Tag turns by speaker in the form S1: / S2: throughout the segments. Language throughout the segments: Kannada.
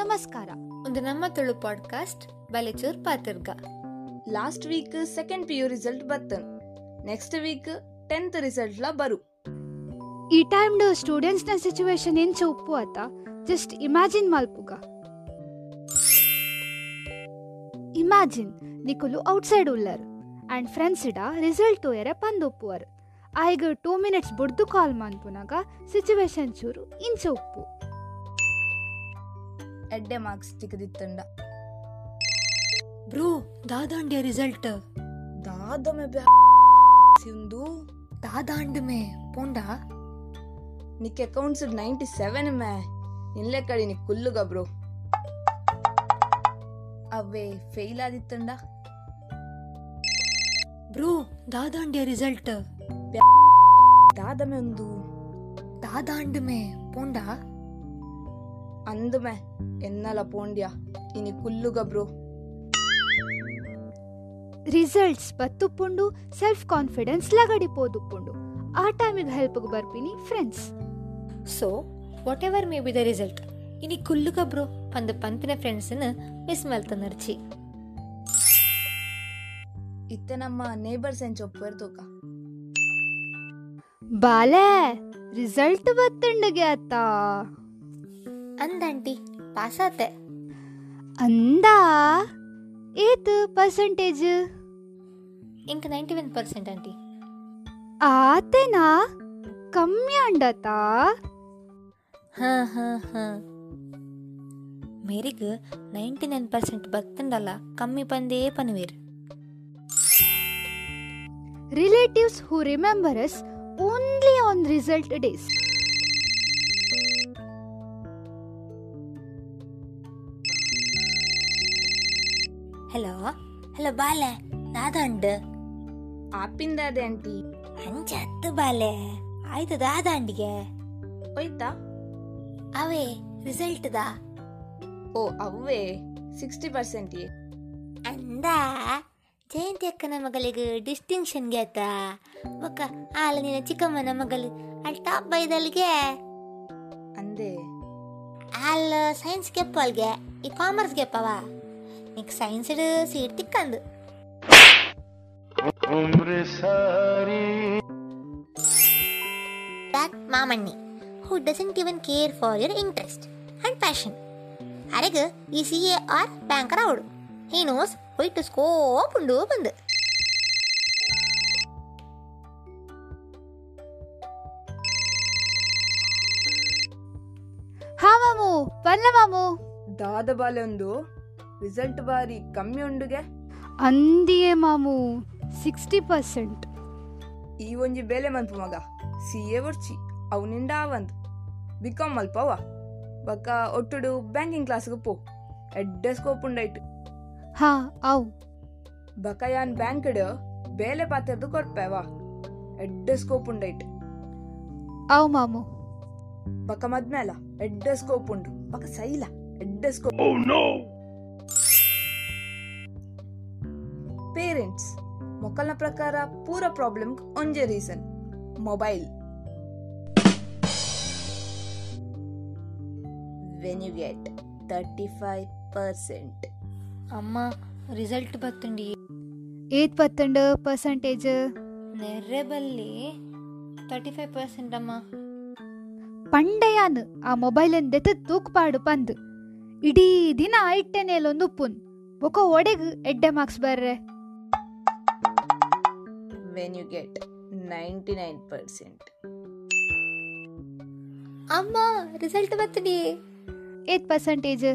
S1: ನಮಸ್ಕಾರ ಒಂದು ನಮ್ಮ ತುಳು ಪಾಡ್ಕಾಸ್ಟ್ ಬಲೆಚೂರ್ ಪಾತರ್ಗ
S2: last week second PU result பத்தன் நெக்ஸ்ட் வீக் டென்த் ರಿಸಲ್ಟ್ಲ ಬರು
S3: ಈ ಟೈಮ್ಡ್ ಸ್ಟೂಡೆಂಟ್ಸ್ನ ಸಿಚುವೇಶನ್ ಎಂಚ ಉಪ್ಪು ಆತ ಜಸ್ಟ್ ಇಮ್ಯಾಜಿನ್ ಮಲ್ಪುಗ ಇಮ್ಯಾಜಿನ್ ನಿಕುಲು ಔಟ್ಸೈಡ್ ಉಲ್ಲರ್ ಆ್ಯಂಡ್ ಫ್ರೆಂಡ್ಸ್ ಇಡ ರಿಸಲ್ಟ್ ತೋಯರೆ ಪಂದ್ ಒಪ್ಪುವರು ಆಯ್ಗ ಟೂ ಮಿನಿಟ್ಸ್ ಬುಡ್ದು ಕಾಲ್ ಮನ್ಪುನಾಗ ಸಿಚುವೇಶನ್ ಚೂರು ಇಂಚ ಉಪ್ಪು
S2: ಎಡ್ಡೆ ಮಾರ್ಕ್ಸ್ ತಿಕ್ಕದಿತ್ತಂಡ
S1: ಬ್ರೋ ದಾದಾಂಡ್ಯ ರಿಸಲ್ಟ್
S2: ದಾದಮೆ ಸಿಂದು
S1: ದಾದಾಂಡ್ ಮೇ ಪೋಂಡ
S2: ನಿಕ್ ಅಕೌಂಟ್ಸ್ ನೈಂಟಿ ಸೆವೆನ್ ಮೇ ನಿಲ್ಲೆ ಕಡಿ ನಿ ಕುಲ್ಲುಗ ಬ್ರೋ ಅವೇ ಫೇಲ್ ಆದಿತ್ತಂಡ
S1: ಬ್ರೋ ದಾದಾಂಡ್ಯ ರಿಸಲ್ಟ್
S2: ದಾದಮೆ ಒಂದು
S1: ದಾದಾಂಡ್ ಮೇ ಪೋಂಡ
S2: ಅಂದಮೆ ಎನ್ನಲ ಪೋಂಡ್ಯ ಇನಿ ಕುಲ್ಲುಗ ಬ್ರೋ
S3: ರಿಸಲ್ಟ್ಸ್ ಬತ್ತುಪ್ಪುಂಡು ಸೆಲ್ಫ್ ಕಾನ್ಫಿಡೆನ್ಸ್ ಲಗಡಿಪೋದುಪ್ಪುಂಡು ಆ ಟೈಮಿಗೆ ಹೆಲ್ಪ್ಗೆ ಬರ್ಪಿನಿ friends
S1: so whatever may be the result ಇನಿ ಕುಲ್ಲುಗ ಬ್ರೋ ಪಂದ ಪಂತಿನ ಫ್ರೆಂಡ್ಸ್ನ ಮಿಸ್ ಮಲ್ತನರ್ಚಿ
S2: ಇತ್ತೆ ನಮ್ಮ ನೇಬರ್ಸ್ ಎಂಚ ಒಪ್ಪರ್ ತೂಕ
S3: ಬಾಲೆ ರಿಸಲ್ಟ್ ಬತ್ತಂಡಗೆ ಆತಾ
S1: ಅಂದಾಂಟಿ ಪಾಸ್ ಆತೆ
S3: ಅಂದಾ ಏತ್ ಪರ್ಸೆಂಟೇಜ್
S1: ಇಂಕ ನೈಂಟಿ ಒನ್ ಪರ್ಸೆಂಟ್ ಆಂಟಿ
S3: ಆತೇನಾ ಕಮ್ಮಿ ಅಂಡತಾ
S1: ಹಾಂ ಹಾಂ ಹಾಂ ಮೇರಿಗ್ ನೈಂಟಿ ನೈನ್ ಪರ್ಸೆಂಟ್ ಬತ್ತಂಡಲ್ಲ ಕಮ್ಮಿ ಪಂದೇ ಪನ್ವೇರ್
S3: relatives who remember us only on result days
S1: hello hello ಬಾಲೆ ನಾದಾಂಡ್
S2: ಆಪಿಂದ ಅದೇ ಆಂಟಿ
S1: ಅಂಚೆ ಹತ್ತು ಬಾಲೆ ಆಯ್ತು ದಾದಾಂಡಿಗೆ
S2: ಹೋಯ್ತಾ
S1: ಅವೇ ರಿಸಲ್ಟ್ ದಾ
S2: ಓ ಅವೇ ಸಿಕ್ಸ್ಟಿ ಪರ್ಸೆಂಟ್ ಏ
S1: ಅಂದ ಜಯಂತಿ ಅಕ್ಕನ ಮಗಳಿಗೆ ಡಿಸ್ಟಿಂಕ್ಷನ್ ಗೆತ್ತ ಬೊಕ್ಕ ಆಲ ನಿನ್ನ ಚಿಕ್ಕಮ್ಮನ ಮಗಳು ಅಲ್ಲಿ ಟಾಪ್ ಬೈದಲ್ಗೆ
S2: ಅಂದೆ
S1: ಆಲ್ ಸೈನ್ಸ್ ಗೆಪ್ಪಲ್ಗೆ ಈ ಕಾಮರ್ಸ್ ಗೆಪ್ಪವ ನಿಕ್ ಸೈನ್ಸ್ ಸೀಟ್ ತಿಕ್ಕಂದು
S4: उम्र सारी
S5: that Mamanni, who doesn't even care for your interest and passion. ಅರೆಗೆ ಈ ಸಿ ಎ ಆರ್ ಬ್ಯಾಂಕರ್ ಅವಳು ಹೀ ನೋಸ್ ಹೊಯ್ಟ್ ಸ್ಕೋಪ್ ಉಂಡು ಬಂದು
S3: ಹಾ ಮಾಮು ಪಲ್ಲ ಮಾಮು
S2: ದಾದ ಬಾಲೆ ಒಂದು ರಿಸಲ್ಟ್ ಬಾರಿ ಕಮ್ಮಿ ಉಂಡುಗೆ
S3: ಅಂದಿಯೇ ಮಾಮು ಸಿಕ್ಸ್ಟಿ ಪರ್ಸೆಂಟ್
S2: ಈ ಒಂಜಿ ಬೇಲೆ ಮನ್ಪು ಮಗ ಸಿ ಎ ವರ್ಚಿ ಅವನಿಂದ ಆವಂದ್ ಬಿ ಕಾಮ್ ಮಲ್ಪವ ಬಕ್ಕ ಒಟ್ಟುಡು ಬ್ಯಾಂಕಿಂಗ್ ಕ್ಲಾಸ್ಗೆ ಪೋ ಎಡ್ಡೆ ಸ್ಕೋಪ್ ಉಂಡಾಯ್ತು
S3: ಹಾ ಅವು
S2: ಬಕ ಯಾನ್ ಬ್ಯಾಂಕ್ ಬೇಲೆ ಪಾತ್ರದ್ದು ಕೊರ್ಪೆವ ಎಡ್ಡೆ ಸ್ಕೋಪ್ ಉಂಡಾಯ್ತು
S3: ಅವು ಮಾಮು
S2: ಬಕ ಮದ್ಮೇಲ ಎಡ್ಡೆ ಸ್ಕೋಪ್ ಉಂಡು ಬಕ ಸೈಲ ಎಡ್ಡೆ ಸ್ಕೋಪ್
S4: oh no
S2: ಪೇರೆಂಟ್ಸ್ ಮೊಕ್ಕಲ್ನ ಪ್ರಕಾರ ಪೂರ ಪ್ರಾಬ್ಲಮ್ ಒಂಜೆ reason mobile when you get thirty five percent
S1: ಅಮ್ಮ ರಿಸಲ್ಟ್ ಬತ್ತುಂಡಿ
S3: ಏತ್ ಪತ್ತಂಡು ಪರ್ಸೆಂಟೇಜ್
S1: ನೆರ್ರೆಬಲ್ಲಿ ತರ್ಟಿ ಫೈವ್ ಪರ್ಸೆಂಟ್ ಅಮ್ಮ
S3: ಪಂಡೆಯಾನ್ ಆ ಮೊಬೈಲ್ ದೆತ ತೂಕ್ಪಾಡು ಪಂದ್ ಇಡೀ ದಿನ ಐಟ್ಟೆನೇಲೊಂದು ಉಪ್ಪುನ್ ಬೊಕ ಒಡೆಗ್ ಎಡ್ಡೆ ಮಾರ್ಕ್ಸ್ ಬರ್ರೆ
S2: when you get ninety nine percent
S1: ಅಮ್ಮ ರಿಸಲ್ಟ್ ಬತ್ತುಂಡಿ
S3: ಏತ್ ಪರ್ಸೆಂಟೇಜ್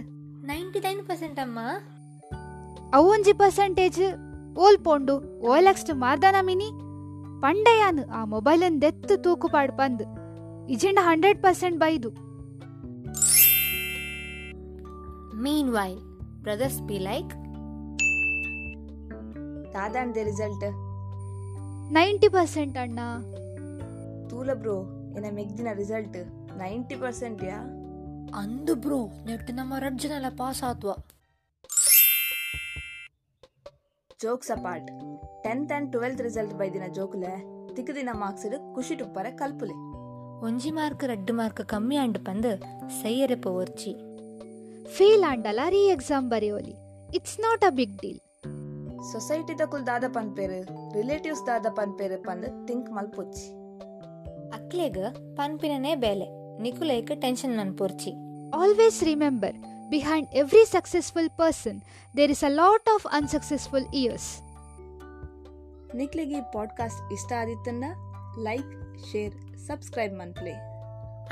S1: ನೈಂಟಿ ನೈನ್ ಪರ್ಸೆಂಟ್ ಅಮ್ಮ
S3: ಅವೊಂಜಿ ಪರ್ಸೆಂಟೇಜ್ ಓಲ್ ಪೋಂಡು ಓಲಕ್ಸ್ಟ್ ಮಾರ್ದನ ಮಿನಿ ಪಂಡೆಯಾನ್ ಆ ಮೊಬೈಲನ್ ದೆತ್ತು ತೂಕುಪಾಡು ಪಂದ್ ಇಜಿಂಡ ಹಂಡ್ರೆಡ್ ಪರ್ಸೆಂಟ್ ಬೈದು
S1: meanwhile brothers be like
S2: ದಾದಾಂಡೆ ರಿಸಲ್ಟ್
S3: ನೈಂಟಿ ಪರ್ಸೆಂಟ್ ಅಣ್ಣ
S2: ತೂಲ ಬ್ರೋ ಏನ ಮೆಗ್ದಿನ ರಿಸಲ್ಟ್ ನೈಂಟಿ ಪರ್ಸೆಂಟ್ ಯಾ
S1: ಅಂದು ಬ್ರೋ ನೆಟ್ ನಮ್ಮ ರಡ್ ಜನ ಪಾಸ್ ಆತ್ವ
S2: jokes apart tenth and twelfth result ಬೈದಿನ ಜೋಕುಲೆ ತಿಕ್ಕದಿನ ಮಾರ್ಕ್ಸ್ ಖುಷಿ ಟುಪ್ಪರೆ ಕಲ್ಪುಲೆ
S1: ಒಂಜಿ ಮಾರ್ಕ್ ರಡ್ಡು ಮಾರ್ಕ್ ಕಮ್ಮಿ ಆಂಡ್ ಪಂದ್ ಸೈಯರೆ ಪೋರ್ಚಿ
S3: ಫೇಲ್ ಆಂಡಲ ರೀ ಎಕ್ಸಾಮ್ ಬರೆಯೋಲಿ it's not a big deal
S2: society தக்குள் தாத பண்பேரு ரிலேட்டிவ்ஸ் தாத பண்பேரு பண்ணு திங்க் மல்போச்சு
S1: ಅಕ್ಲೆಗ ಪನ್ಪಿನೇ ಬೇಲೆ ನಿಕುಲೈಕ್ ಟೆನ್ಷನ್ ಮನ್ಪೋರ್ಚಿ
S3: Always remember, behind every successful person, there is a lot of unsuccessful years.
S2: ನಿಕ್ಲಿಗೆ ಈ ಪಾಡ್ಕಾಸ್ಟ್ ಇಷ್ಟ ಆದಿತ್ತನ್ನ ಲೈಕ್ ಶೇರ್ ಸಬ್ಸ್ಕ್ರೈಬ್ ಮನ್ಪ್ಲೇ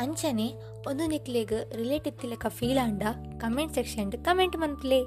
S1: ಅಂಚನೆ ಒಂದು ನಿಕ್ಲೆಗ್ ರಿಲೇಟಿವ್ ತಿಲಕ ಫೀಲ್ ಆಂಡ ಕಮೆಂಟ್ ಸೆಕ್ಷನ್ ಕಮೆಂಟ್ ಮನ್ಪುಲೆ